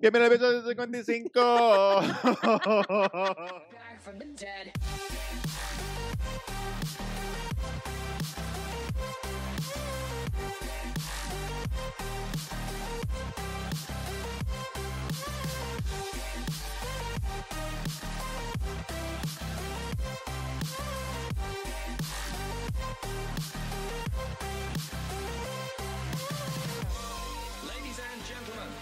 Que me lo beso de 55. back from the dead. Ladies and gentlemen,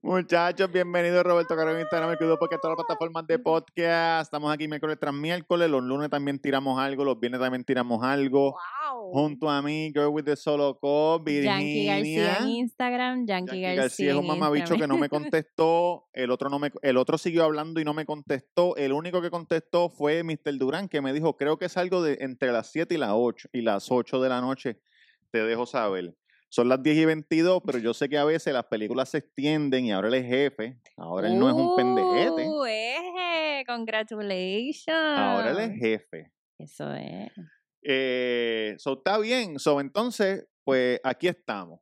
Muchachos, bienvenidos Roberto Caro en Instagram, el porque todas las plataformas de podcast. Estamos aquí miércoles tras miércoles. Los lunes también tiramos algo, los viernes también tiramos algo. Wow. Junto a mí, Girl with the Solo Cop, Yankee Virginia. García en Instagram, Yankee, Yankee García es un en mamabicho que Instagram. no me contestó, el otro no me, el otro siguió hablando y no me contestó. El único que contestó fue Mr. Durán, que me dijo, creo que es algo de entre las 7 y las 8 y las 8 de la noche. Te dejo saber. Son las 10 y 22, pero yo sé que a veces las películas se extienden y ahora él es jefe. Ahora él no es un pendejete. Uh, eje, congratulations. Ahora él es jefe. Eso es. Eh, so, está bien. So, entonces, pues aquí estamos.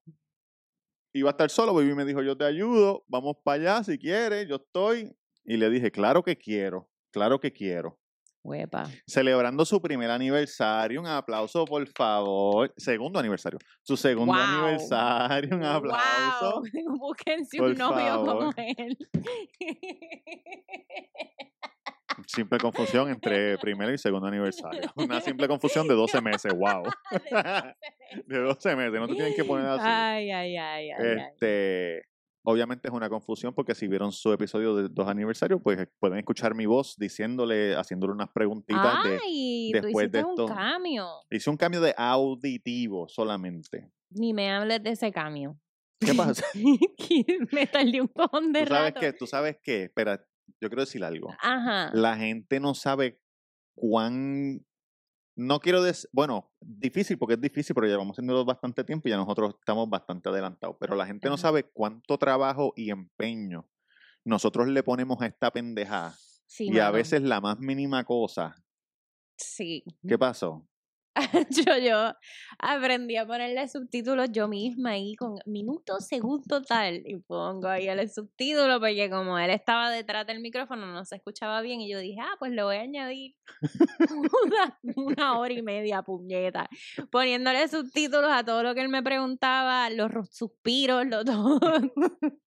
Iba a estar solo, Baby me dijo, yo te ayudo, vamos para allá si quieres, yo estoy. Y le dije, claro que quiero, claro que quiero. Huepa. Celebrando su primer aniversario, un aplauso, por favor. Segundo aniversario, su segundo Wow. aniversario, un aplauso. Wow. Búquense Por un novio como favor. él. Simple confusión entre primero y segundo aniversario. Una simple confusión de 12 meses, wow. De 12 meses, no te tienen que poner así. Ay, ay, ay, ay. ay. Este, obviamente es una confusión porque si vieron su episodio de dos aniversarios, pues pueden escuchar mi voz diciéndole, haciéndole unas preguntitas. de- Ay, tú después de hiciste un esto. cambio. hice un cambio de auditivo solamente. Ni me hables de ese cambio. ¿Qué pasa? me tardé un cojón de ¿Tú sabes rato. qué? ¿Tú sabes qué? Espera, yo quiero decir algo. Ajá. La gente no sabe cuán... No quiero decir, bueno, difícil porque es difícil, pero llevamos haciéndolo bastante tiempo y ya nosotros estamos bastante adelantados. Pero la gente no Ajá. sabe cuánto trabajo y empeño nosotros le ponemos a esta pendejada. Sí, y a mano. veces la más mínima cosa. Sí. ¿Qué pasó? yo, yo aprendí a ponerle subtítulos yo misma ahí con minutos, segundos tal. Y pongo ahí el subtítulo porque como él estaba detrás del micrófono no se escuchaba bien y yo dije, ah, pues le voy a añadir una, una hora y media puñeta. Poniéndole subtítulos a todo lo que él me preguntaba, los ru- suspiros, lo todo.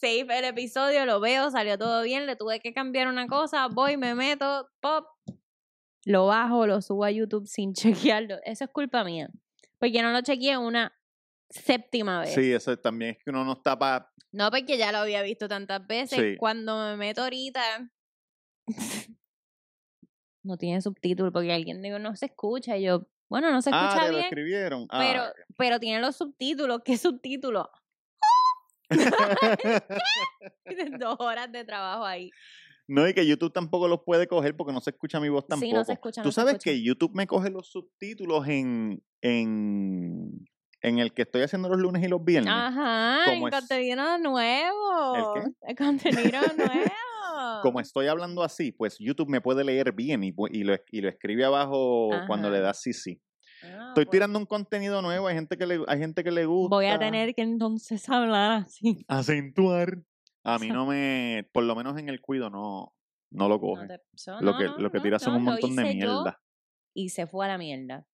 Save el episodio, lo veo, salió todo bien, le tuve que cambiar una cosa, voy, me meto, pop, lo bajo, lo subo a YouTube sin chequearlo. Eso es culpa mía. Porque no lo chequeé una séptima vez. Sí, eso también es que uno no está para... No, porque ya lo había visto tantas veces. Sí. Cuando me meto ahorita. no tiene subtítulo porque alguien dijo no se escucha. Y yo, bueno, no se Ah, escucha te lo bien, escribieron. pero, Ah. pero tiene los subtítulos. ¿Qué subtítulos? Dos horas de trabajo ahí. no, y que YouTube tampoco los puede coger porque no se escucha mi voz tampoco. Sí, no se escucha. Tú no se sabes escucha. que YouTube me coge los subtítulos en, en, en el que estoy haciendo los lunes y los viernes. Ajá, el como es- contenido nuevo. ¿El contenido nuevo. Como estoy hablando así, pues YouTube me puede leer bien y, pu- y, lo, y lo escribe abajo cuando Ajá. le das sí, sí. Ah, Estoy pues, tirando un contenido nuevo, hay gente que le, hay gente que le gusta. Voy a tener que entonces hablar así. acentuar. A mí Exacto. no me, por lo menos en el cuido no, no lo coge. No te- so- lo no, que, no, lo que no, tira son no, un lo montón de hice yo mierda. Y se fue a la mierda.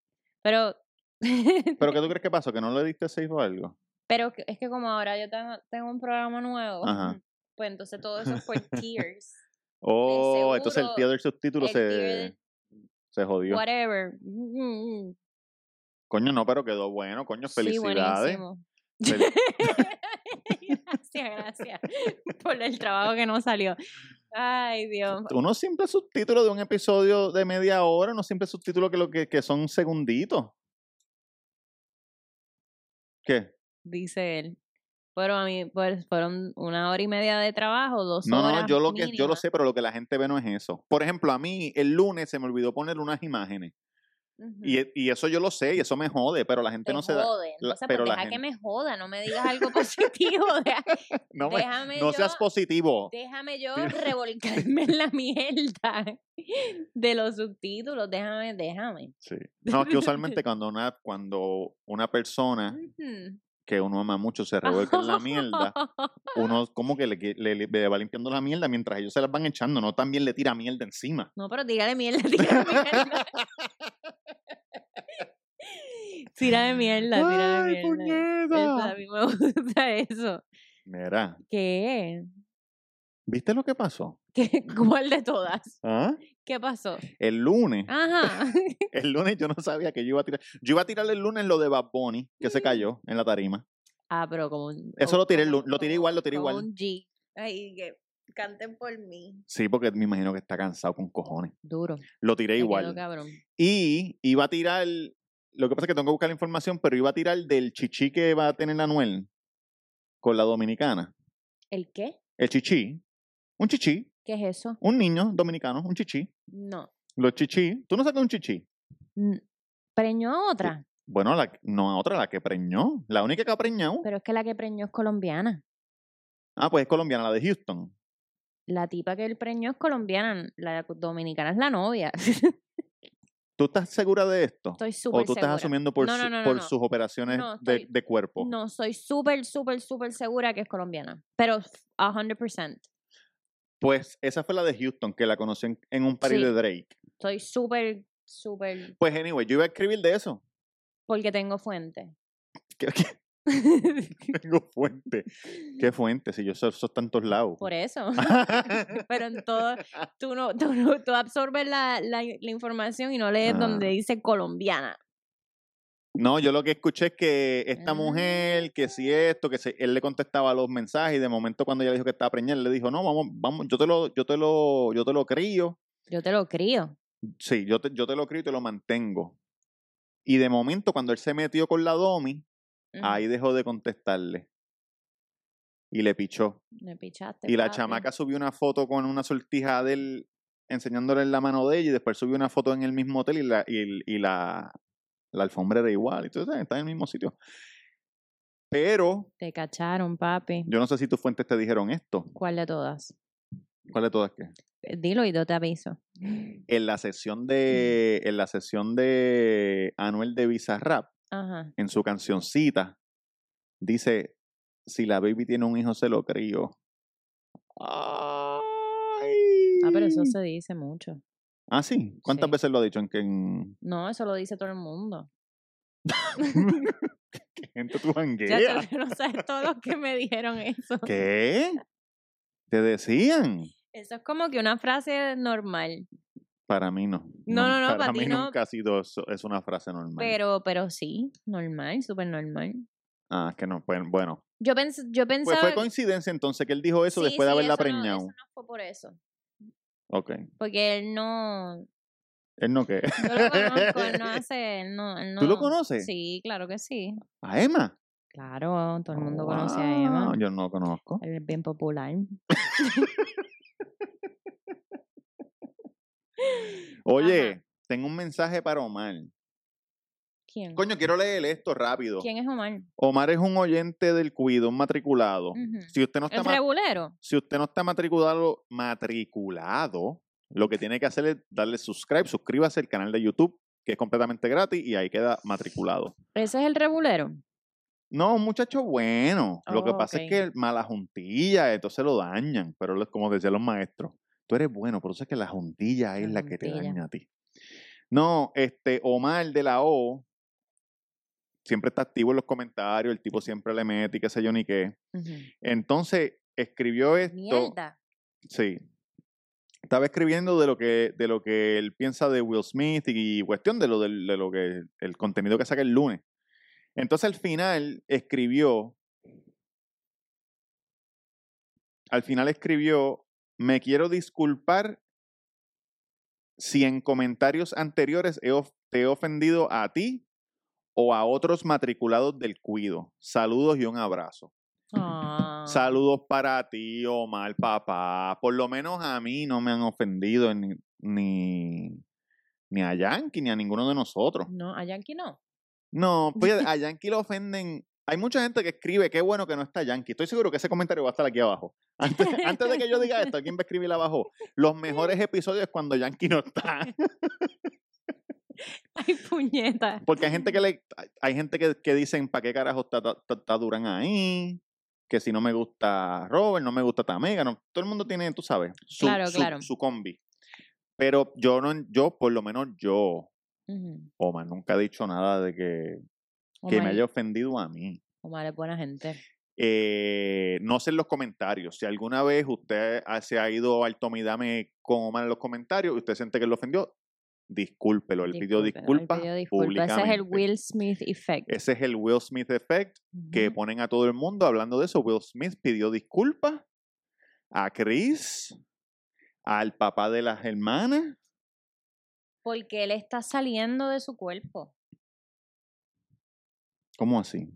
Pero, ¿Pero qué tú crees que pasó? ¿Que no le diste save o algo? pero que- es que como ahora yo tengo, tengo un programa nuevo, Ajá. pues entonces todo eso es por tiers, Oh, entonces el seguro, tier del subtítulo el se, tier del- se jodió. whatever. Mm, mm, Coño, no, pero quedó bueno, coño, Sí, felicidades. buenísimo. Fel- gracias, gracias por el trabajo que no salió. Ay, Dios. unos simples subtítulos de un episodio de media hora, unos simples subtítulos que, lo que, que son segunditos. ¿Qué? dice él. Pero a mí pues, fueron una hora y media de trabajo, dos No, horas. no, yo lo, que, yo lo mínimas. sé, pero lo que la gente ve no es eso. Por ejemplo, a mí el lunes se me olvidó poner unas imágenes. Ujú. Y, e, y eso yo lo sé y eso me jode, pero la gente Te no se da. jode. la- Entonces, pero pues, la deja que gente- me joda, no me digas algo positivo. deja- No, me- déjame no yo, seas positivo. Déjame yo Tira- revolcarme en la mierda de los subtítulos. Déjame, déjame. Sí. No, que usualmente cuando una, cuando una persona Ujú. que uno ama mucho, se revuelca en la mierda, uno como que le, qui- le- le va limpiando la mierda mientras ellos se las van echando, no también le tira mierda encima. No, pero tírale mierda, tírale mierda. tírale mierda, tírale ¡Ay, mierda. Eso, a puñeta! mí me gusta eso. Mira, ¿Qué? ¿viste lo que pasó? ¿Qué? ¿Cuál de todas? ¿Ah? ¿Qué pasó? El lunes, Ajá. el lunes yo no sabía que yo iba a tirar. Yo iba a tirar el lunes lo de Bad Bunny, que Mm. se cayó en la tarima. Ah, pero como un. Eso o- lo tiré el como- lu- lo tiré como- igual, lo tiré como igual. Un G. Ay, que canten por mí. Sí, porque me imagino que está cansado con cojones. Duro. Lo tiré me quedo igual. cabrón. Y iba a tirar, lo que pasa es que tengo que buscar la información, pero iba a tirar del chichi que va a tener la Anuel con la dominicana. ¿El qué? El chichi, un chichi, ¿Qué es eso? un niño dominicano, un chichi. No. Los chichi, ¿tú no sabes qué es un chichi? N- Mm, Preñó a otra. Bueno, la, no a otra, la que preñó, la única que ha preñado. Pero es que la que preñó es colombiana. Ah, pues es colombiana, la de Houston. La tipa que él preñó es colombiana. La dominicana es la novia. ¿Tú estás segura de esto? Estoy ¿O súper tú estás segura. asumiendo por, No, no, su- no, no, por no. sus operaciones No, de- estoy- de, cuerpo? No, soy súper, súper, súper segura que es colombiana. Pero f- 100%. Pues esa fue la de Houston, que la conocí en, en un party Sí. de Drake. Estoy súper, súper. Pues anyway, yo iba a escribir de eso. Porque tengo fuente. ¿Qué- qué- Tengo fuente. ¿Qué fuente? Si yo soy soy tantos lados. Por eso. Pero en todo. Tú, no, tú, no- tú absorbes la, la, la información y no lees Ah. donde dice colombiana. no, yo lo que escuché es que esta Ah. mujer, que si esto, que si- él le contestaba los mensajes y de momento cuando ella le dijo que estaba preñada, él le dijo, no, vamos, vamos, yo te lo, yo te lo, yo te lo crío. Yo te lo crío. Sí, yo te, yo te lo crío y te lo mantengo. Y de momento cuando él se metió con la Domi, Ujú. ahí dejó de contestarle. Y le pichó. Me pichaste. Y la papi. chamaca subió una foto con una sortija de él enseñándole la mano de ella y después subió una foto en el mismo hotel y la, y, el- y la, la alfombra era igual. Entonces, está eh, en el mismo sitio. Pero Te cacharon, papi. yo no sé si tus fuentes te dijeron esto. ¿Cuál de todas? ¿Cuál de todas qué? Eh, Dilo y yo te aviso. En la Mm. sesión de, en la sesión de Anuel de Bizarrap, Ajá. en su cancioncita, dice, si la baby tiene un hijo, se lo crío. Ah, pero Ay. eso se dice mucho. Ah, sí. ¿Cuántas Sí. veces lo ha dicho? En que en No, eso lo dice todo el mundo. ¿Qué gente tú Ya jangueas? tú no sabes todos los que me dijeron eso. ¿Qué? ¿Te decían? Eso es como que una frase normal, Para mí no. No, no, no, Para para mí ti no. nunca ha sido eso- es una frase normal. pero, pero sí, normal, súper normal. Ah, que no. Pues, bueno. Yo, pens yo Pues pensaba... fue coincidencia entonces que él dijo eso Sí, después de sí, haberla eso no- preñado. eso no fue por eso, Ok. porque él no... Él no qué. Yo lo conozco, él no hace... él no, él ¿Tú lo no- conoces? Sí, claro que sí. ¿A Emma? Claro, todo el mundo conoce a Emma. Wow, Yo no lo conozco. Él es bien popular. Oye, tengo un mensaje para Omar. ¿Quién? Coño, quiero leer esto rápido. ¿Quién es Omar? Omar es un oyente del cuido, un matriculado. Ujú. Si usted no está ¿El ma- regulero? Si usted no está matriculado, matriculado, lo que tiene que hacer es darle subscribe, suscríbase al canal de YouTube, que es completamente gratis y ahí queda matriculado. ¿Ese es el regulero? No, un muchacho bueno. Lo que Oh, pasa ok. es que mala juntilla, entonces lo dañan, pero lo- como decían los maestros, tú eres bueno, por eso es que la juntilla es la, La que te juntilla. daña a ti. No, este Omar de la O siempre está activo en los comentarios, el tipo siempre le mete y qué sé yo ni qué. Ujú. Entonces escribió esto. Mierda. Sí. Estaba escribiendo de lo que, de lo que él piensa de Will Smith y, cuestión de lo, del- de lo que el contenido que saca el lunes. Entonces al final escribió. Al final escribió. Me quiero disculpar si en comentarios anteriores he of- te he ofendido a ti o a otros matriculados del cuido. Saludos y un abrazo. Ah. Saludos para ti, Omar, papá. Por lo menos a mí no me han ofendido ni, ni, ni a Yankee ni a ninguno de nosotros. Ah, No, a Yankee no. No, pues a Yankee lo ofenden. Hay mucha gente que escribe, qué bueno que no está Yankee. Estoy seguro que ese comentario va a estar aquí abajo. Antes, antes de que yo diga esto, alguien va a escribir abajo. Los mejores episodios cuando Yankee no está. Ay, puñeta. Porque hay gente que le, hay- hay gente que, que dicen, ¿para qué carajo está, está- está- está Durán ahí? Que si no me gusta Robert, no me gusta Tamega. No, todo el mundo tiene, tú sabes, su, Claro, su- claro. su combi. Pero yo no, en- yo, por lo menos yo, Ujú. Omar, nunca he dicho nada de que, que me Omar- haya ofendido a mí. Omar es buena gente. Eh, no sé en los comentarios. Si alguna vez usted ha- se ha ido al tomidame con Omar en los comentarios y usted siente que lo ofendió, discúlpelo. Él pidió Discúlpelo, él disculpas. pidió disculpas. Ese es el públicamente. Will Smith effect. Ese es el Will Smith effect que Ujú. ponen a todo el mundo hablando de eso. Will Smith pidió disculpas a Chris, al papá de las hermanas. Porque él está saliendo de su cuerpo. ¿Cómo así?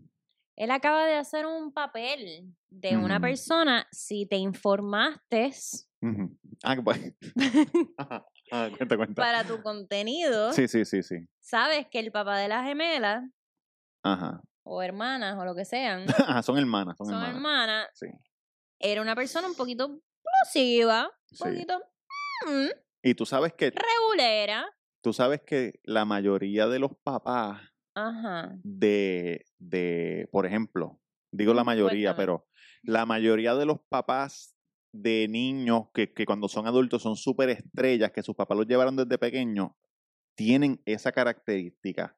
Él acaba de hacer un papel de una Ujú. persona. Si te informaste Ujú. Ah, pues. Ajá. Ah, cuenta, cuenta. para tu contenido, Sí, sí, sí, sí. sabes que el papá de las gemelas Ajá. o hermanas o lo que sean Ajá, son hermanas, son, son hermanas. hermanas. Sí, Era una persona un poquito explosiva, un sí. poquito mm, Y tú sabes que regulera. tú sabes que la mayoría de los papás Ajá. de, de, por ejemplo, digo la Mm, mayoría, cuéntame. pero la mayoría de los papás de niños que, que cuando son adultos son súper estrellas, que sus papás los llevaron desde pequeños, tienen esa característica,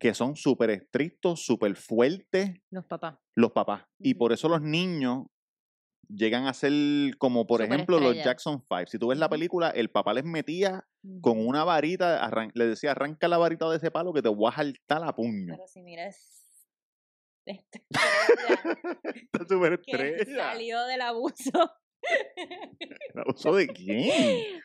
que son súper estrictos, súper fuertes Los papás. los papás. Y Ujú. por eso los niños llegan a ser como, por ejemplo, los Superestrellas. Jackson Five. Si tú ves la Ujú. película, el papá les metía con una varita, arran- le decía, arranca la varita de ese palo que te voy a jaltar a puño. Pero si miras. esta estrella Esta súper que salió del abuso. ¿Abuso de quién?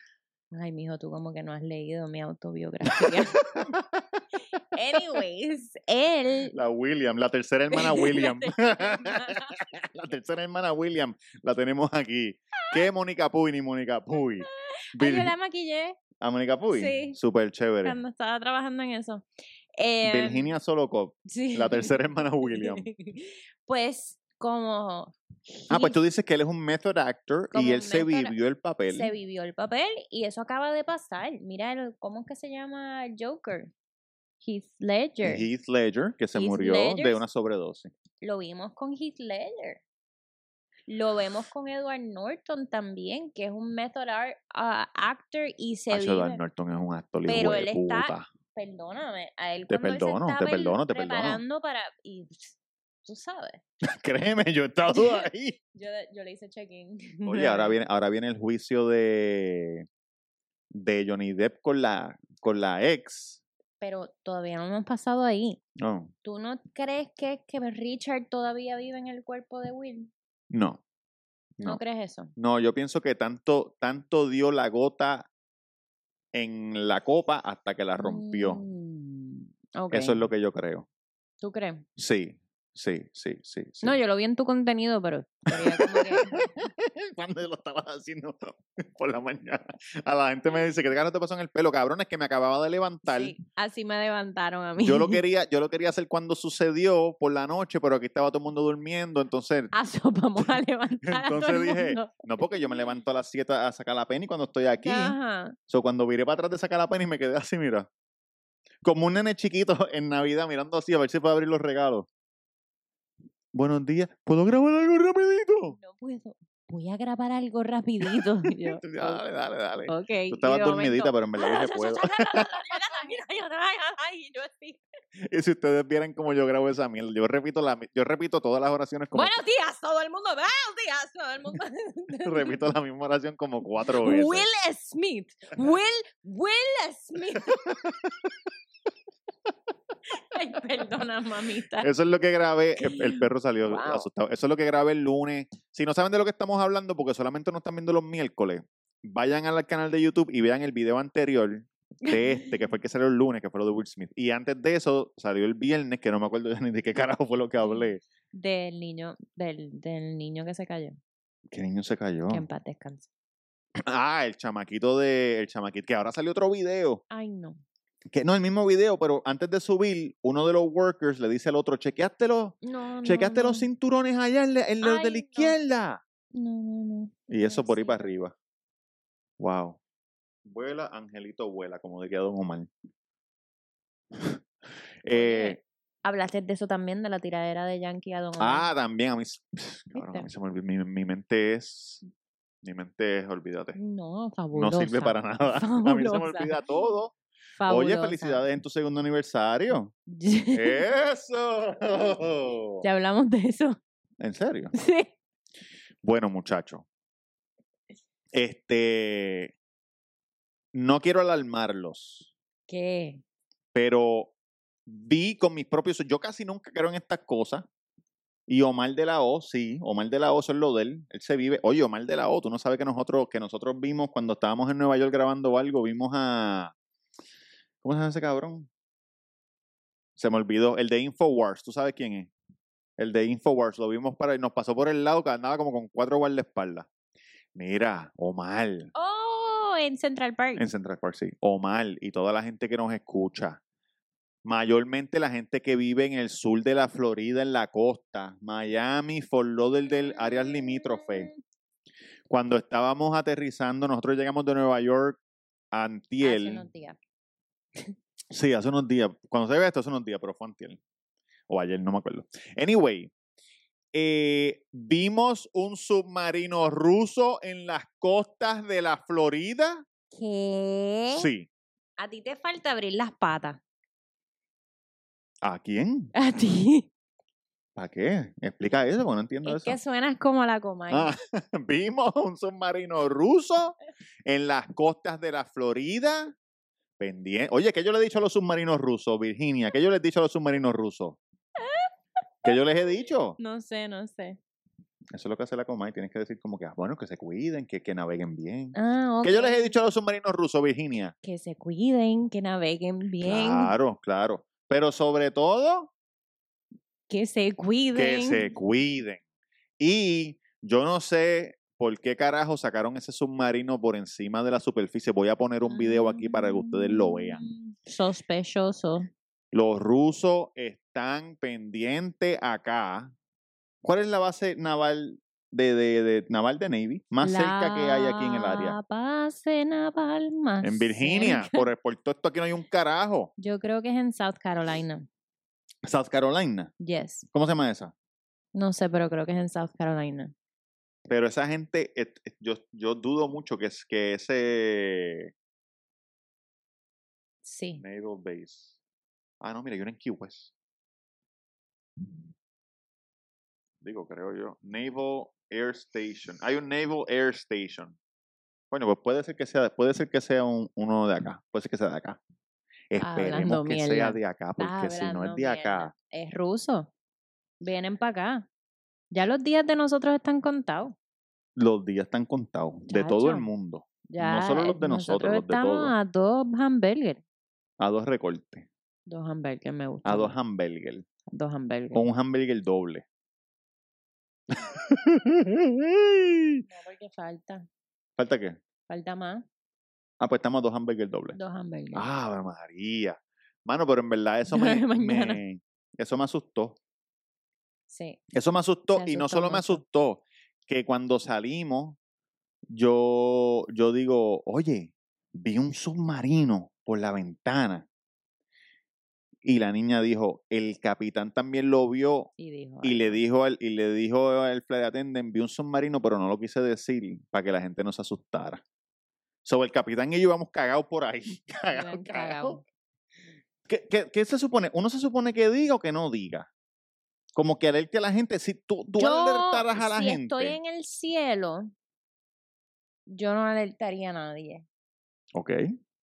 Ay, mijo, tú como que no has leído mi autobiografía. Anyways, él. La William, la tercera hermana William. la tercera hermana William la tenemos aquí. ¿Qué Mónica Puy ni Mónica Puy? Ay, yo Virgen- la maquillé ¿A Mónica Puy? Sí. Súper chévere. cuando estaba trabajando en eso. Eh, Virginia Solokop, sí. la tercera hermana William. Pues como Ah, pues he tú dices que él es un method actor Como y él un se method- vivió el papel. se vivió el papel y eso acaba de pasar. Mira, el- ¿cómo es que se llama Joker? Heath Ledger. Heath Ledger, que se Heath murió de Ledger. una sobredosis. Lo vimos con Heath Ledger. Lo vemos con Edward Norton también, que es un method ar- ah, actor y se Hacho, vive. Edward Norton es un actor y Pero él está- hueputa. Perdóname, a él Te cuando él se perdono, estaba te el- perdono, te perdono. preparando para y tú sabes. Créeme, yo he estado ahí. Yo, yo le hice check-in. Oye, ahora viene, ahora viene el juicio de, de Johnny Depp con la, con la ex. Pero todavía no hemos pasado ahí. No, ¿Tú no crees que, que Richard todavía vive en el cuerpo de Will? no. ¿No, No, crees eso? no, yo pienso que tanto, tanto dio la gota en la copa hasta que la rompió. Mm, Eso ok. es lo que yo creo. ¿Tú crees? Sí, sí, sí, sí. sí. No, yo lo vi en tu contenido, pero quería como que- Cuando lo estabas haciendo por la mañana. A la gente me dice, ¿qué carajo te pasó en el pelo? Cabrón, es que me acababa de levantar. sí, así me levantaron a mí. Yo lo quería, yo lo quería hacer cuando sucedió por la noche, pero aquí estaba todo el mundo durmiendo, entonces Ah, so, vamos a levantar a todo Entonces el dije, mundo. no porque yo me levanto a las 7 a sacar la penny cuando estoy aquí. Ajá. So, cuando viré para atrás de sacar la penny me quedé así, mira. Como un nene chiquito en Navidad mirando así a ver si puedo abrir los regalos. Buenos días. ¿Puedo grabar algo rapidito? No puedo. Voy a grabar algo rapidito. Y yo, Dale, dale, dale. "Oh, ok". Y Tú estabas de dormidita, momento, pero en verdad dije puedo. Y yo así, Y si ustedes vieran cómo yo grabo esa mierda, yo repito la, mi- yo repito todas las oraciones como Buenos días, todo el mundo. Buenos días, todo el mundo. repito la misma oración como cuatro veces. Will Smith. Will, Will Smith. Ay, perdona, mamita. Eso es lo que grabé. El, el perro salió Wow. asustado. Eso es lo que grabé el lunes. Si no saben de lo que estamos hablando, porque solamente nos están viendo los miércoles, vayan al canal de YouTube y vean el video anterior de este, que fue el que salió el lunes, que fue lo de Will Smith. Y antes de eso salió el viernes, que no me acuerdo ya ni de qué carajo fue lo que hablé. Del niño, del, del niño que se cayó. ¿Qué niño se cayó? Que en paz descanse. Ah, el chamaquito de. El chamaquito, que ahora salió otro video. Ay, no. Que no, el mismo video, pero antes de subir, uno de los workers le dice al otro: chequeaste los, No, chequeaste no, los cinturones allá, en la- en los de la Ay, no. izquierda. No, no, no. Y eso por ahí para Pobrecito. arriba. Wow. Vuela, Angelito, vuela, como diría Don Omar. Eh, Hablaste de eso también, de la tiradera de Yankee a Don Omar. ah, también a mí, s- pff, cabrón, a mí se me olvi- mi, mi mente es, mi mente es, olvídate, No, no fabulosa. sirve para nada. A mí se me Fabulosa, olvida todo. Oye, fabulosa. felicidades en tu segundo aniversario. Eso. ya hablamos de eso. ¿En serio? Sí. Bueno, muchachos. Este. No quiero alarmarlos, ¿Qué? pero vi con mis propios. Yo casi nunca creo en estas cosas. Y Omar de la O, sí, Omar de la O, eso es lo de él. Él se vive. Oye, Omar de la O, tú no sabes que nosotros, que nosotros vimos cuando estábamos en Nueva York grabando algo, vimos a. ¿Cómo se llama ese cabrón? Se me olvidó. El de Infowars, ¿tú sabes quién es? El de Infowars, lo vimos para. Nos pasó por el lado que andaba como con cuatro guardaespaldas. Mira, Omar. Oh, en Central Park. En Central Park, sí. Omar y toda la gente que nos escucha. Mayormente la gente que vive en el sur de la Florida, en la costa, Miami, Fort Lauderdale, áreas limítrofe. Mm, Cuando estábamos aterrizando, nosotros llegamos de Nueva York a Hace Antiel. unos días. Sí, hace unos días. Cuando se ve esto, hace unos días, pero fue antier. O ayer, no me acuerdo. Anyway, eh, vimos un submarino ruso en las costas de la Florida. ¿Qué? Sí. A ti te falta abrir las patas. ¿A quién? A ti. ¿Para qué? Explica eso, porque no entiendo es eso. que suenas como la comay. Ah, vimos un submarino ruso en las costas de la Florida. Pendiente. Oye, ¿qué yo le he dicho a los submarinos rusos, Virginia? ¿Qué yo les he dicho a los submarinos rusos? ¿Qué yo les he dicho? No sé, no sé. Eso es lo que hace la Comay. Tienes que decir como que, ah, bueno, que se cuiden, que, que naveguen bien. Ah, ok. ¿Qué yo les he dicho a los submarinos rusos, Virginia? Que se cuiden, que naveguen bien, Claro, claro. Pero sobre todo, que se cuiden. que se cuiden. Y yo no sé por qué carajo sacaron ese submarino por encima de la superficie. Voy a poner un video aquí para que ustedes lo vean. Mm, Sospechoso. Los rusos están pendientes acá. ¿Cuál es la base naval de, de- de- naval de Navy más cerca que hay aquí en el área? La base naval más En Virginia, cerca. por, por todo esto aquí no hay un carajo. Yo creo que es en South Carolina. South Carolina, Yes. ¿cómo se llama esa? No sé, pero creo que es en South Carolina. Pero esa gente, et- et- yo, yo dudo mucho que, es, que ese Sí. Naval Base. Ah, no, mira, yo era en Key West. Digo, creo yo. Naval Air Station. Hay un Naval Air Station. Bueno, pues puede ser que sea, puede ser que sea un- uno de acá. Puede ser que sea de acá. Esperemos Hablando que sea mierda. de acá, porque si no es Hablando de acá. mierda. Es ruso. Vienen para acá. Ya los días de nosotros están contados. Los días están contados de todo el Chacho. mundo. Ya solo los eh, de nosotros, los de estamos todos. a dos hamburgers. A dos recortes, Dos hamburgers me gustan. a dos Oh. hamburgers, dos hamburgers. con un hamburger doble. No, porque falta. ¿Falta qué? Falta más. Ah, pues estamos a dos hamburgers dobles. Dos hamburgers. Ave Ah, María. Mano, pero en verdad eso Yo creo me, que mañana. me- eso me asustó. Sí. Eso me asustó Te y no asustó solo me mucho. asustó, que cuando salimos yo yo digo, "Oye, vi un submarino por la ventana." Y la niña dijo, "El capitán también lo vio." Y dijo. Y "Ay, le dijo al, y le dijo al flight attendant, vi un submarino, pero no lo quise decir para que la gente no se asustara. Sobre el capitán y yo íbamos cagados por ahí. me Cagados, han cagados. cagao". ¿Qué, qué- qué se supone? Uno se supone que diga o que no diga. Como querer que la gente, si tú, tú Yo, alertaras a la si gente. estoy en el cielo, yo no alertaría a nadie. Ok.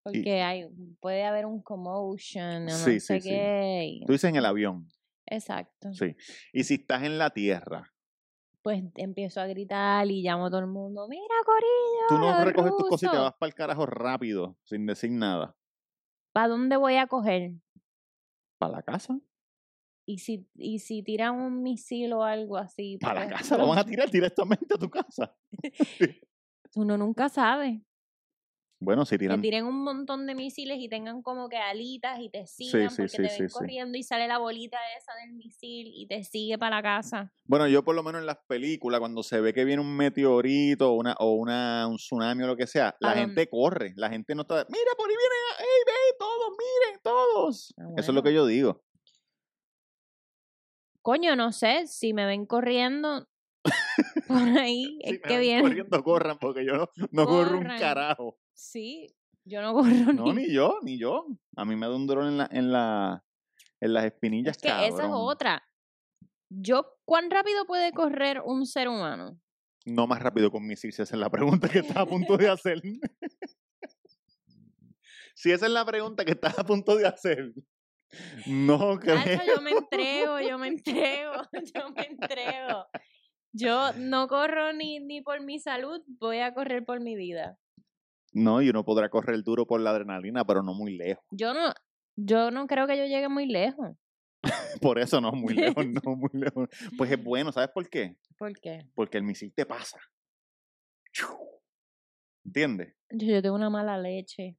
Porque hay, puede haber un commotion, o no Sí, sí, sé sí. qué. y- Tú dices en el avión. Exacto. Sí. Y si estás en la tierra, Pues empiezo a gritar y llamo a todo el mundo, mira, Corillo. tú no los recoges tus cosas y te rusos". vas para el carajo rápido, sin decir nada. ¿Para dónde voy a coger? ¿Para la casa? Y si, y si tiran un misil o algo así. ¿Para la pues, casa? ¿Lo van a tirar directamente a tu casa? Uno nunca sabe. Bueno, si Que tiran tiren un montón de misiles y tengan como que alitas y te sigan sí, porque sí, te ven sí, sí. corriendo y sale la bolita esa del misil y te sigue para la casa. Bueno, yo por lo menos en las películas, cuando se ve que viene un meteorito o, una, o una, un tsunami o lo que sea, la ¿Pa dónde? gente corre, la gente no está, mira, por ahí viene, ¡ey, ve, todos, miren, todos! Ah, Eso es lo que bueno. yo digo. Coño, no sé, si me ven corriendo por ahí, Si es me que ven viene. Corriendo, corran, porque yo no, no corro un Corran. carajo. Sí, yo no corro No, ni yo, ni yo. A mí me da un dolor en, la, en, la, en las espinillas, Es que esa es cabrón. otra. Yo, ¿cuán rápido puede correr un ser humano? No más rápido con misiles, esa es la pregunta que estás a punto de hacer. si esa es la pregunta que estás a punto de hacer, no creo. Nacho, yo me entrego, yo me entrego, yo me entrego. Yo no corro ni, ni por mi salud, voy a correr por mi vida. No, y uno podrá correr duro por la adrenalina, pero no muy lejos. Yo no, yo no creo que yo llegue muy lejos. Por eso no, muy lejos, no, muy lejos. Pues es bueno, ¿sabes por qué? ¿Por qué? Porque el misil te pasa. ¿Entiendes? Yo, yo tengo una mala leche.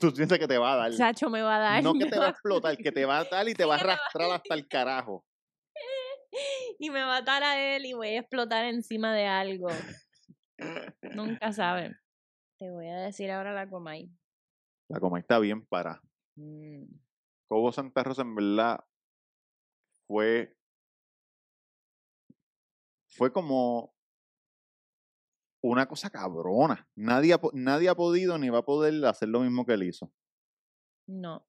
Tú piensas que te va a dar. Sacho me va a dar. no que te va a va- explotar, que te va a dar y te va a arrastrar hasta el carajo. Y me va a atar a él y voy a explotar encima de algo. Nunca saben. Te voy a decir ahora la comay. La coma está bien para. Mm. Cobo Santa Rosa en verdad fue fue como una cosa cabrona. Nadie ha, po- nadie ha podido ni va a poder hacer lo mismo que él hizo. No.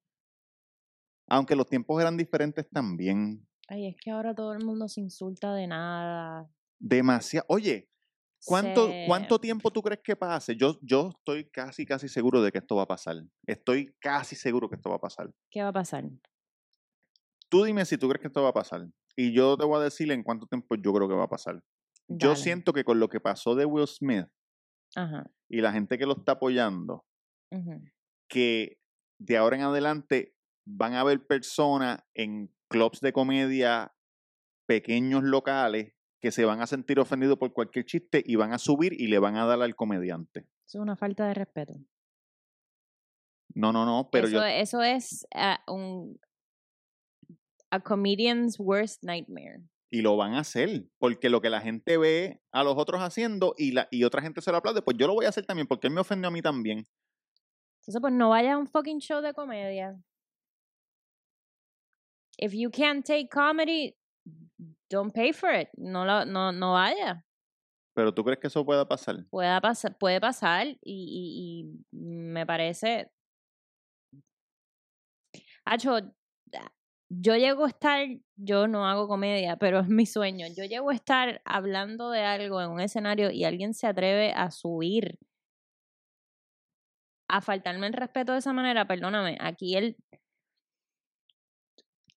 Aunque los tiempos eran diferentes también. Ay, es que ahora todo el mundo se insulta de nada. Demasiado. Oye, ¿Cuánto, se- ¿Cuánto tiempo tú crees que pase? Yo, yo estoy casi, casi seguro de que esto va a pasar. Estoy casi seguro que esto va a pasar. ¿Qué va a pasar? Tú dime si tú crees que esto va a pasar. Y yo te voy a decir en cuánto tiempo yo creo que va a pasar. Yo Dale. siento que con lo que pasó de Will Smith Ajá. y la gente que lo está apoyando, ujú. que de ahora en adelante van a haber personas en clubs de comedia, pequeños locales, que se van a sentir ofendidos por cualquier chiste y van a subir y le van a dar al comediante. Eso es una falta de respeto. No, no, no, pero eso, yo eso es ah, un. A comedian's worst nightmare. y lo van a hacer, porque lo que la gente ve a los otros haciendo y, la, y otra gente se lo aplaude, pues yo lo voy a hacer también, porque él me ofendió a mí también. Entonces, pues no vaya a un fucking show de comedia. If you can't take comedy, don't pay for it. No, lo- no, no vaya. Pero tú crees que eso pueda pasar. Pueda pasar, puede pasar y, y- y me parece. Acho, ah, yo llego a estar, yo no hago comedia, pero es mi sueño. Yo llego a estar hablando de algo en un escenario y alguien se atreve a subir, a faltarme el respeto de esa manera, perdóname. Aquí el.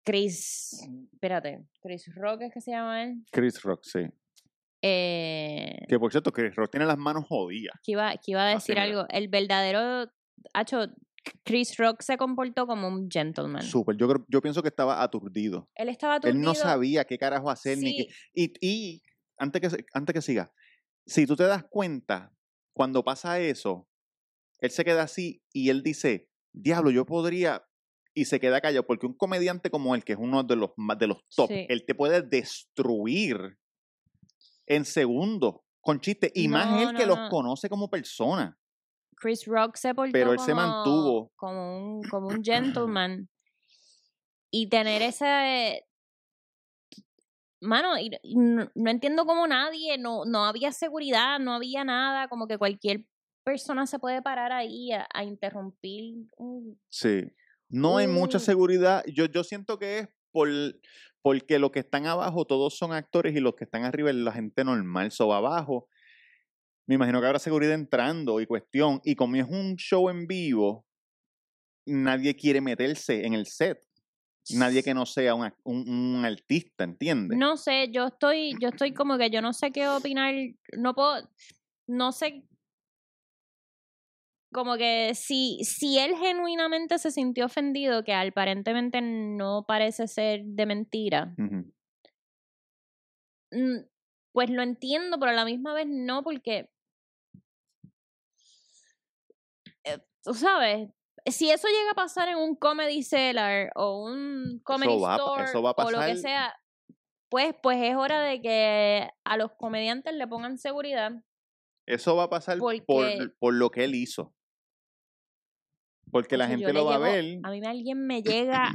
Chris, espérate, Chris Rock es que se llama él. Chris Rock, sí. Eh, Que por cierto, Chris Rock tiene las manos jodidas. que iba, que iba a Así decir mero. algo. El verdadero Acho, Chris Rock se comportó como un gentleman. Súper, yo, creo- yo pienso que estaba aturdido. él estaba aturdido. Él no sabía qué carajo hacer ni qué. Sí, Y, y antes, que, se- antes que siga, si tú te das cuenta, cuando pasa eso, él se queda así y él dice, diablo, yo podría, y se queda callado, porque un comediante como él, que es uno de los, más de los top, Sí. él te puede destruir en segundos con chistes, y más No, él que no, los no. conoce como persona. Chris Rock se portó Pero él como, se mantuvo. como un, como un gentleman. Y tener ese... Mano, y y no, no entiendo cómo nadie, no, no había seguridad, no había nada, como que cualquier persona se puede parar ahí a, a interrumpir un Sí. No hay mucha Mm. seguridad. Yo, yo siento que es por, porque los que están abajo todos son actores y los que están arriba es la gente normal, soba abajo. Me imagino que habrá seguridad entrando y cuestión. Y como es un show en vivo, nadie quiere meterse en el set. Nadie que no sea un, ac- un- un artista, ¿entiendes? No sé, yo estoy, yo estoy como que yo no sé qué opinar, no puedo, no sé, como que si, si él genuinamente se sintió ofendido, que aparentemente no parece ser de mentira, Ujú. mm, pues lo entiendo, pero a la misma vez no, porque, eh, tú sabes, si eso llega a pasar en un comedy cellar o un comedy va a pa- store eso va a o lo que pasar. sea, pues, pues es hora de que a los comediantes le pongan seguridad. Eso va a pasar por, Porque- por lo que él hizo. Porque la Entonces, yo gente le lo va a ver. llego- A mí alguien me llega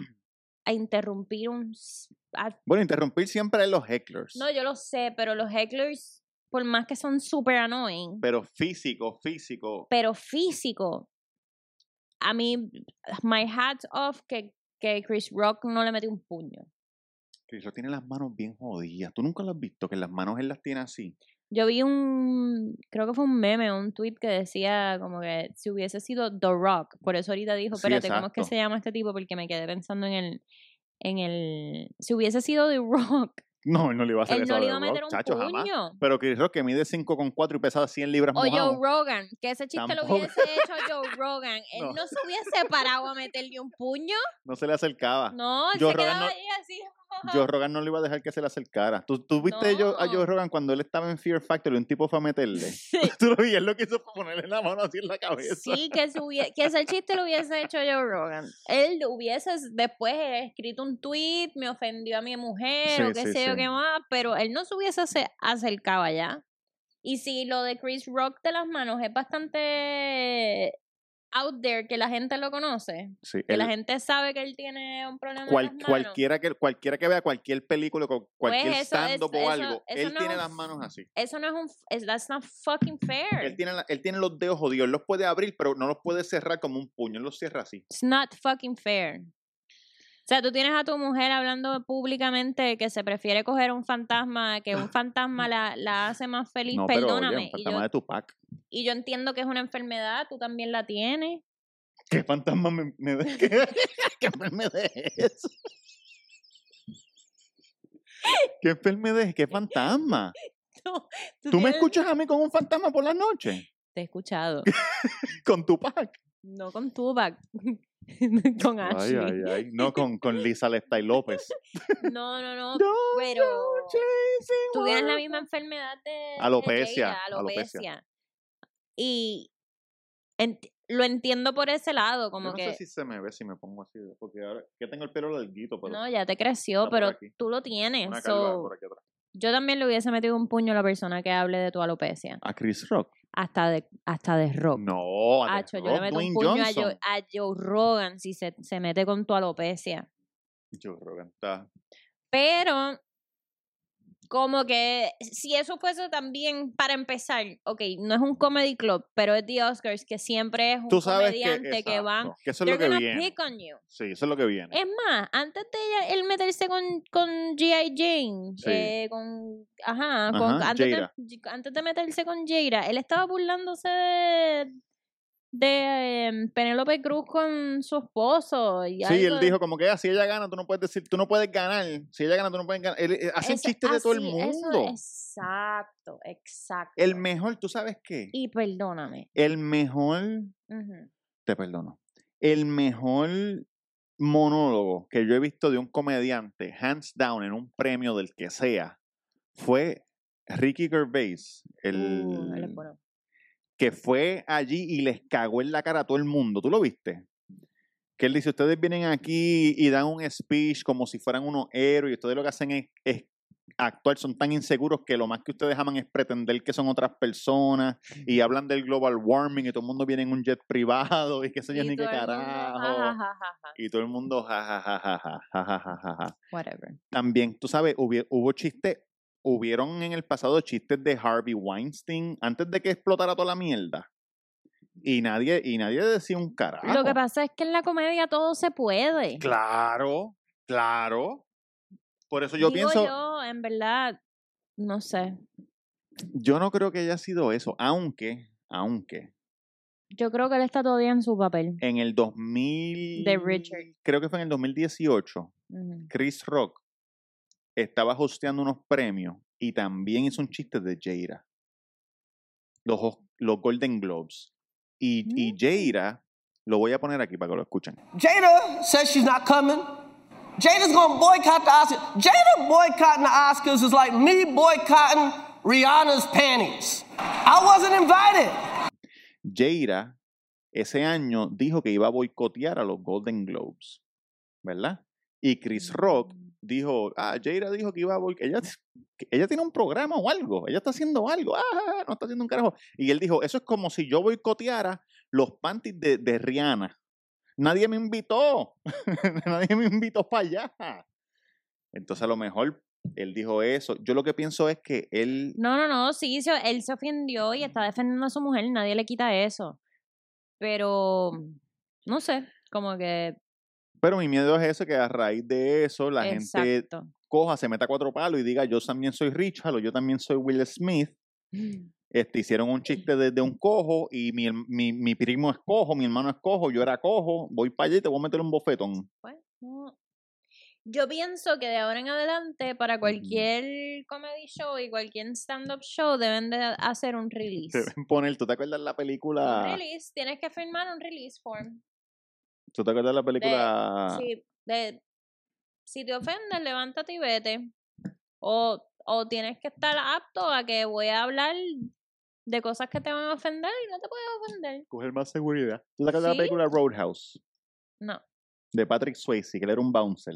a interrumpir un... s- a- Bueno, interrumpir siempre es los hecklers. no, yo lo sé, pero los hecklers, por más que son súper annoying, Pero físico, físico. pero físico, a mí, my hat off que, que Chris Rock no le metió un puño. Chris Rock tiene las manos bien jodidas. Tú nunca lo has visto, que las manos él las tiene así. Yo vi un, creo que fue un meme, un tweet que decía como que si hubiese sido The Rock, por eso ahorita dijo, Sí, espérate, ¿cómo es que exacto. se llama este tipo? Porque me quedé pensando en el, en el, si hubiese sido The Rock, No, él no le iba a hacer él eso no le The iba a Rock, meter un chacho, jamás. puño. Pero Chris Rock que mide 5,4 y pesa 100 libras O mojado. Joe Rogan, que ese chiste Tampoco. lo hubiese hecho Joe Rogan. Él No. no. se hubiese parado a meterle un puño. No se le acercaba. No, él Joe se Rogan no- quedaba ahí así. Joe Rogan no le iba a dejar que se le acercara. ¿Tú, tú viste yo- a No. Joe Rogan cuando él estaba en Fear Factory? Un tipo fue a meterle. Sí. Tú lo vi, él lo que hizo fue ponerle la mano así en la cabeza. Sí, que, se hubie- que ese chiste lo hubiese hecho Joe Rogan. Él hubiese s- después escrito un tweet, me ofendió a mi mujer o Sí, qué sí, sé yo sí. qué más, pero él no se hubiese ace- acercado allá. Y si lo de Chris Rock de las manos es bastante out there, que la gente lo conoce, Sí, que él- la gente sabe que él tiene un problema cual- en las manos. Pues cualquiera, que, cualquiera que vea cualquier película, cu- cualquier eso es- stand-up o eso- algo, eso él no tiene es- las manos así. Eso no es un... f- es- That's not fucking fair. Él tiene, la- él tiene los dedos jodidos, él los puede abrir, pero no los puede cerrar como un puño, él los cierra así. It's not fucking fair. O sea, tú tienes a tu mujer hablando públicamente que se prefiere coger un fantasma, que un fantasma la, la hace más feliz, No, pero oye, perdóname. un y, yo, fantasma de Tupac. y yo entiendo que es una enfermedad, tú también la tienes. ¿Qué fantasma me, me de- qué, qué enfermedad es eso? ¿Qué enfermedad es? ¿Qué fantasma? Tú, ¿Tú me tienes- escuchas a mí con un fantasma por la noche? Te he escuchado. ¿Con Tupac? No con Tupac, con Ay, Ashley. ay, ay. No, con, con Lisa Lestay López. No, no, no. Don't Pero go chasing tú tienes la wild- misma enfermedad de- de... Jada, Alopecia, alopecia. alopecia. Y ent- lo entiendo por ese lado, Yo como no que... sé si se me ve si me pongo así, porque ahora que tengo el pelo larguito, pero No, ya te está creció, por pero aquí. tú lo tienes. una calva so, por aquí atrás. yo también le hubiese metido un puño a la persona que hable de tu alopecia. ¿A Chris Rock? Hasta de, hasta de rock. No, a The Acho, Ah, yo Rock, le meto Dwayne un puño a Johnson. Joe, a Joe Rogan si se, se mete con tu alopecia. Joe Rogan está- Pero, como que si eso fuese también para empezar, ok, no es un comedy club, pero es The Oscars, que siempre es un Tú sabes que, comediante que, van. exacto, que eso es lo They're que gonna viene. pick eh, on you. Sí, eso es lo que viene. Es más, antes de ella- él meterse con, con G.I. Jane, Sí. eh, con, ajá, con- Ajá, antes, de, Jaira. antes de meterse con Jaira, él estaba burlándose de, de em, Penélope Cruz con su esposo. Y Sí, algo él de- dijo como que ah, si ella gana, tú no puedes decir, tú no puedes ganar. Si ella gana, tú no puedes ganar. Él, eh, hacen Eso- chistes de todo el así, eso- mundo. exacto, exacto. El mejor, ¿tú sabes qué? y perdóname. El mejor, ujú. te perdono, el mejor monólogo que yo he visto de un comediante, hands down, en un premio del que sea, fue Ricky Gervais, el, Uh, no le puedo- que fue allí y les cagó en la cara a todo el mundo. ¿Tú lo viste? Que él dice, ustedes vienen aquí y dan un speech como si fueran unos héroes y ustedes lo que hacen es, es actuar, son tan inseguros que lo más que ustedes aman es pretender que son otras personas y hablan del global warming y todo el mundo viene en un jet privado y que eso ya y ni qué todo el mundo, carajo. ja, ja, ja, ja, ja, Y todo el mundo, ja, ja, ja, ja, ja, ja, ja, ja, ja, ja. Whatever. También, tú sabes, hubi- hubo chistes, hubieron en el pasado chistes de Harvey Weinstein antes de que explotara toda la mierda. Y nadie, y nadie decía un carajo. Lo que pasa es que en la comedia todo se puede. Claro, claro. Por eso yo Digo pienso, yo... yo, en verdad, no sé. no creo que haya sido eso, aunque, aunque, Yo creo que él está todavía en su papel. en el 2000... De Richard. Creo que fue en el 2018, Ujú. Chris Rock estaba hosteando unos premios y también hizo un chiste de Jaira. Los, os- los Golden Globes. Y, y Jaira, lo voy a poner aquí para que lo escuchen. Jada says she's not coming. Jada's gonna boycott the Oscars. Jada boycotting the Oscars is like me boycotting Rihanna's panties. I wasn't invited. Jaira ese año dijo que iba a boicotear a los Golden Globes, ¿verdad? Y Chris Rock dijo, ah, Jaira dijo que iba a boicotear, ella, que ella tiene un programa o algo, ella está haciendo algo, ah, ah, ah, no está haciendo un carajo. Y él dijo, eso es como si yo boicoteara los panties de, de Rihanna. Nadie me invitó. Nadie me invitó para allá. Entonces, a lo mejor él dijo eso. Yo lo que pienso es que él. No, no, no, sí, se- él se ofendió y está defendiendo a su mujer, nadie le quita eso. Pero, no sé, como que... Pero mi miedo es eso, que a raíz de eso la gente exacto. coja, se meta a cuatro palos y diga, yo también soy Richard o yo también soy Will Smith. Mm. Este, hicieron un chiste desde un cojo y mi, herm- mi, mi primo es cojo, mi hermano es cojo, yo era cojo, voy para allá y te voy a meter un bofetón. Pues, no. Yo pienso que de ahora en adelante para cualquier comedy show y cualquier stand-up show deben de hacer un release. Te ven poner, ¿tú te acuerdas la Un película? release, tienes que firmar un release form. ¿Tú te acuerdas la película? Sí, de, si Mm. te ofendes, levántate y vete. O, o tienes que estar apto a que voy a hablar de cosas que te van a ofender y no te puedes ofender. Coger más seguridad. ¿Tú te acuerdas de Sí. la película Roadhouse? No. De Patrick Swayze, que él era un bouncer.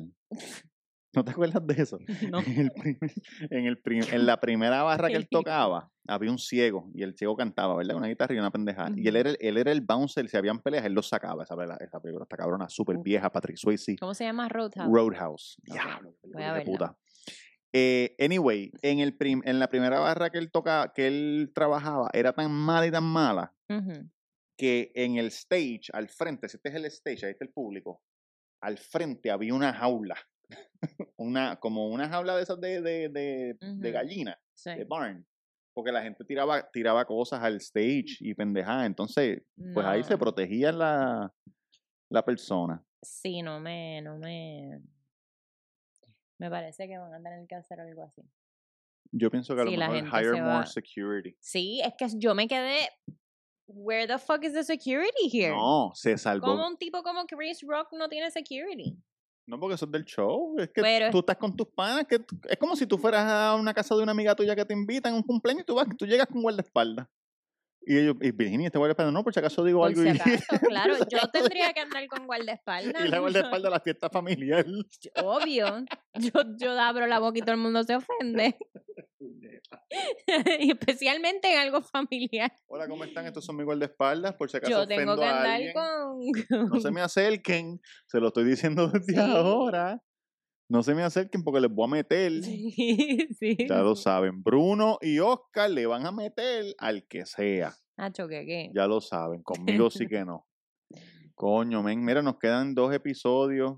¿No te acuerdas de eso? En, el primer- en el prim- en la primera barra que él tocaba, había un ciego y el ciego cantaba, ¿verdad? Una guitarra y una pendeja. Y él era, el- él era el bouncer, si habían peleas, él los sacaba. Esa, pela- esa película está cabrona, súper vieja, Patrick Swayze. ¿Cómo se llama Roadhouse? Roadhouse. Ok, Diablo, qué voy película a de verla. puta. Eh, anyway, en, el prim- en la primera barra que él toca, que él trabajaba, era tan mala y tan mala Ujú. que en el stage, al frente, si este es el stage, ahí está el público, al frente había una jaula. una, como una jaula de esas de, de, de- eh, de Ujú. gallina, Sí. Mm. de barn. Porque la gente tiraba, tiraba cosas al stage y pendejada. Entonces, pues ahí se No, protegía la, la persona. Sí, no me, no me. Me parece que van a tener que hacer algo así. Yo pienso que a Sí, la lo mejor gente se hire va. more security. Sí, es que yo me quedé. Where the fuck is the security here? No, se ¿Cómo salvó. un tipo como Chris Rock no tiene security? No, porque eso es del show. Es que Pero es- tú estás con tus panas. Que tú- es como si tú fueras a una casa de una amiga tuya que te invitan a un cumpleaños y tú vas, tú llegas con guardaespaldas. Y ellos, y Virginia, este guardaespaldas, no, por si acaso digo Por algo si y, acaso, claro, por si yo acaso tendría que andar con guardaespaldas. y la guardaespaldas a la fiesta familiar. Obvio. Yo, yo abro la boca y todo el mundo se ofende. Y Especialmente en algo familiar. Hola, ¿cómo están? Estos son mis guardaespaldas. Por si acaso Yo tengo ofendo que a andar alguien. con. No se me acerquen. Se lo estoy diciendo desde Sí. ahora. No se me acerquen porque les voy a meter. Sí, sí. Ya lo saben. Bruno y Oscar le van a meter al que sea. Nacho, ¿qué qué? Ya lo saben. Conmigo sí que no. Coño, men. Mira, nos quedan dos episodios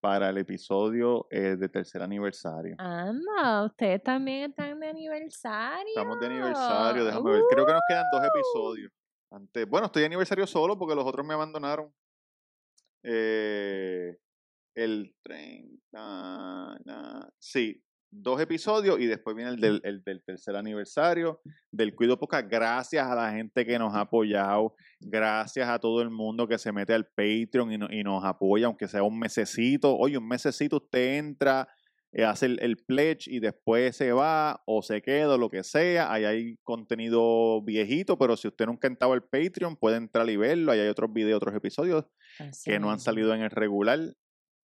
para el episodio eh, de tercer aniversario. Anda, ustedes también están de aniversario. Estamos de aniversario, déjame ver. Creo que nos quedan dos Uh. episodios. Antes, bueno, estoy de aniversario solo porque los otros me abandonaron. Eh, el 30. na- sí, dos episodios y después viene el del, el del tercer aniversario del Cuido Poca. Gracias a la gente que nos ha apoyado. Gracias a todo el mundo que se mete al Patreon y, no- y nos apoya, aunque sea un mesecito. Oye, un mesecito usted entra eh, hace el, el pledge y después se va o se queda o lo que sea. Ahí hay contenido viejito, pero si usted nunca ha entrado al Patreon, puede entrar y verlo. Ahí hay otros videos, otros episodios Así que no han mismo. salido en el regular.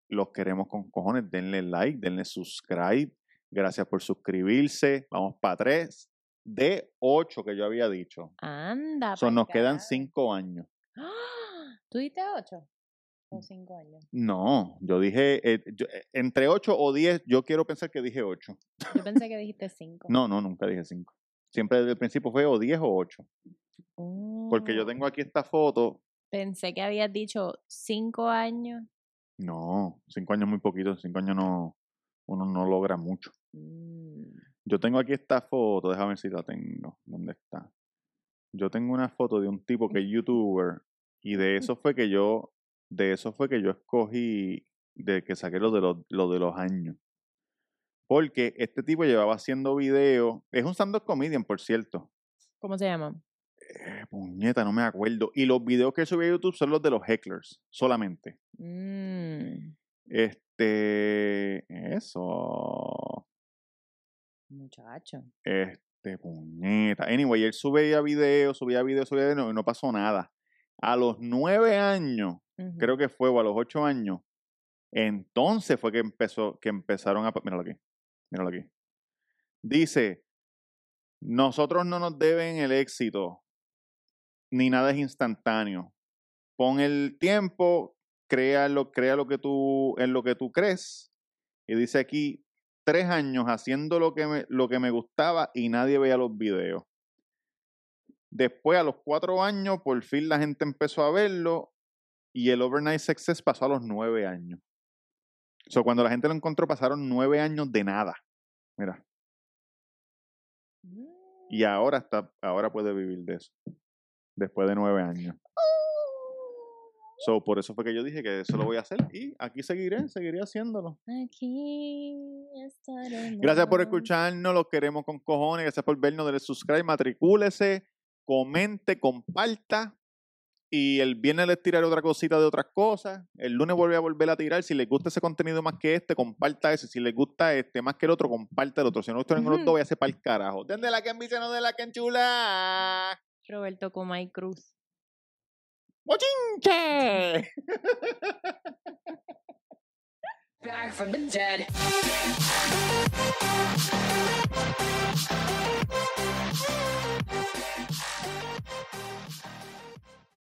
Los queremos con cojones. Denle like, denle subscribe. Gracias por suscribirse. Vamos para tres de ocho que yo había dicho. Anda. Son, pa'l nos quedan carajo. cinco años. ¡Ah! ¿Tú diste ocho? Mm. O cinco años. No, yo dije eh, yo- eh, entre ocho o diez. Yo quiero pensar que dije ocho. Yo pensé que dijiste cinco. No, no, nunca dije 5. Siempre desde el principio fue o 10 o 8. Porque yo Mm, tengo aquí esta foto. Pensé que habías dicho cinco años. No, 5 años es muy poquito. En 5 años no, uno no logra mucho. Mm, Yo tengo aquí esta foto. Déjame ver si la tengo. ¿Dónde está? Yo tengo una foto de un tipo que es youtuber. Y de eso fue que yo, de eso fue que yo escogí, de que saqué lo de los, lo de los años. Porque este tipo llevaba haciendo videos. Es un stand-up comedian, por cierto. ¿Cómo se llama? Eh, Puñeta, no me acuerdo. Y los videos que subí a YouTube son los de los hecklers, solamente. Mm, Este. Eso. muchacho. Este, puñeta. Anyway, él subía videos, subía videos, subía videos, y no pasó nada. A los nueve años, Ujú. creo que fue, o a los ocho años, entonces fue que empezó, que empezaron a. pa- Míralo aquí. Míralo aquí. Dice: Nosotros no nos deben el éxito, ni nada es instantáneo. pon el tiempo, crea lo, crea lo que tú, en lo que tú crees. Y dice aquí, tres años haciendo lo que me, lo que me gustaba y nadie veía los videos. Después, a los cuatro años, por fin la gente empezó a verlo y el Overnight Success pasó a los nueve años. O sea, cuando la gente lo encontró, pasaron nueve años de nada. Mira. Y ahora está, ahora puede vivir de eso. Después de nueve años. So, por eso fue que yo dije que eso lo voy a hacer y aquí seguiré, seguiré haciéndolo. Aquí estaremos. Gracias por escucharnos, los queremos con cojones, gracias por vernos, denle subscribe, matricúlese, comente, comparta. Y el viernes les tiraré otra cosita de otras cosas. El lunes vuelve a volver a tirar. Si les gusta ese contenido más que este, comparta ese. Si les gusta este más que el otro, comparta el otro. Si no les gusta ninguno de los Ujú. dos, voy a hacer para el carajo. Denle la que en bici, no de la que en chula. Roberto Comay Cruz. ¡Bochinche! Back from the dead.